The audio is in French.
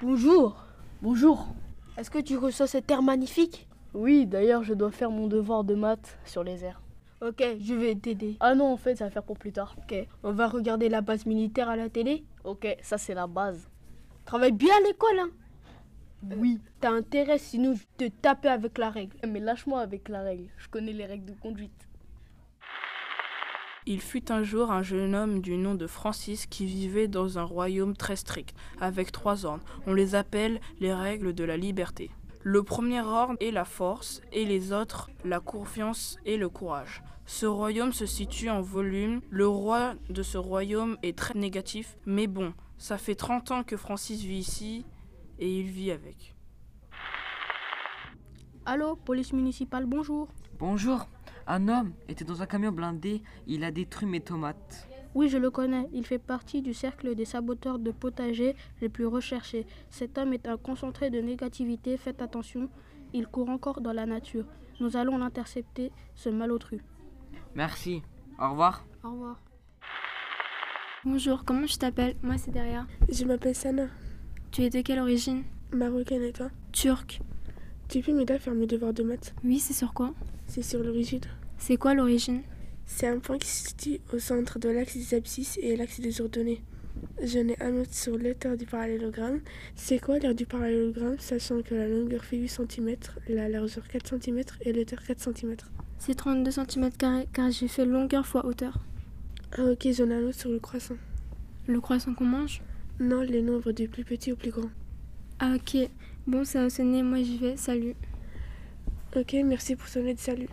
Bonjour. Bonjour. Est-ce que tu reçois cet air magnifique Oui, d'ailleurs, je dois faire mon devoir de maths sur les airs. Ok, je vais t'aider. Ah non, en fait, ça va faire pour plus tard. Ok, on va regarder la base militaire à la télé. Ok, ça c'est la base. Euh, Travaille bien à l'école, hein. Oui. Eh, T'as intérêt, sinon je te taper avec la règle. Mais lâche-moi avec la règle. Je connais les règles de conduite. Il fut un jour un jeune homme du nom de Francis qui vivait dans un royaume très strict, avec trois ordres. On les appelle les règles de la liberté. Le premier ordre est la force et les autres la confiance et le courage. Ce royaume se situe en volume. Le roi de ce royaume est très négatif, mais bon, ça fait 30 ans que Francis vit ici et il vit avec. Allô, police municipale, bonjour. Bonjour. Un homme était dans un camion blindé. Il a détruit mes tomates. Oui, je le connais. Il fait partie du cercle des saboteurs de potagers les plus recherchés. Cet homme est un concentré de négativité. Faites attention, il court encore dans la nature. Nous allons l'intercepter, ce malotru. Merci. Au revoir. Au revoir. Bonjour, comment tu t'appelles Moi, c'est derrière. Je m'appelle Sana, Tu es de quelle origine marocaine et toi Turc. Tu peux m'aider à faire mes devoirs de maths Oui, c'est sur quoi C'est sur l'origine. C'est quoi l'origine C'est un point qui se situe au centre de l'axe des abscisses et l'axe des ordonnées. Je n'ai un autre sur l'auteur du parallélogramme. C'est quoi l'air du parallélogramme, sachant que la longueur fait 8 cm, la largeur 4 cm et l'auteur 4 cm C'est 32 cm car j'ai fait longueur fois hauteur. Ah ok, j'en ai un autre sur le croissant. Le croissant qu'on mange Non, les nombres du plus petit au plus grand. Ah ok. Bon, ça a sonné, moi j'y vais, salut. Ok, merci pour ton aide, salut.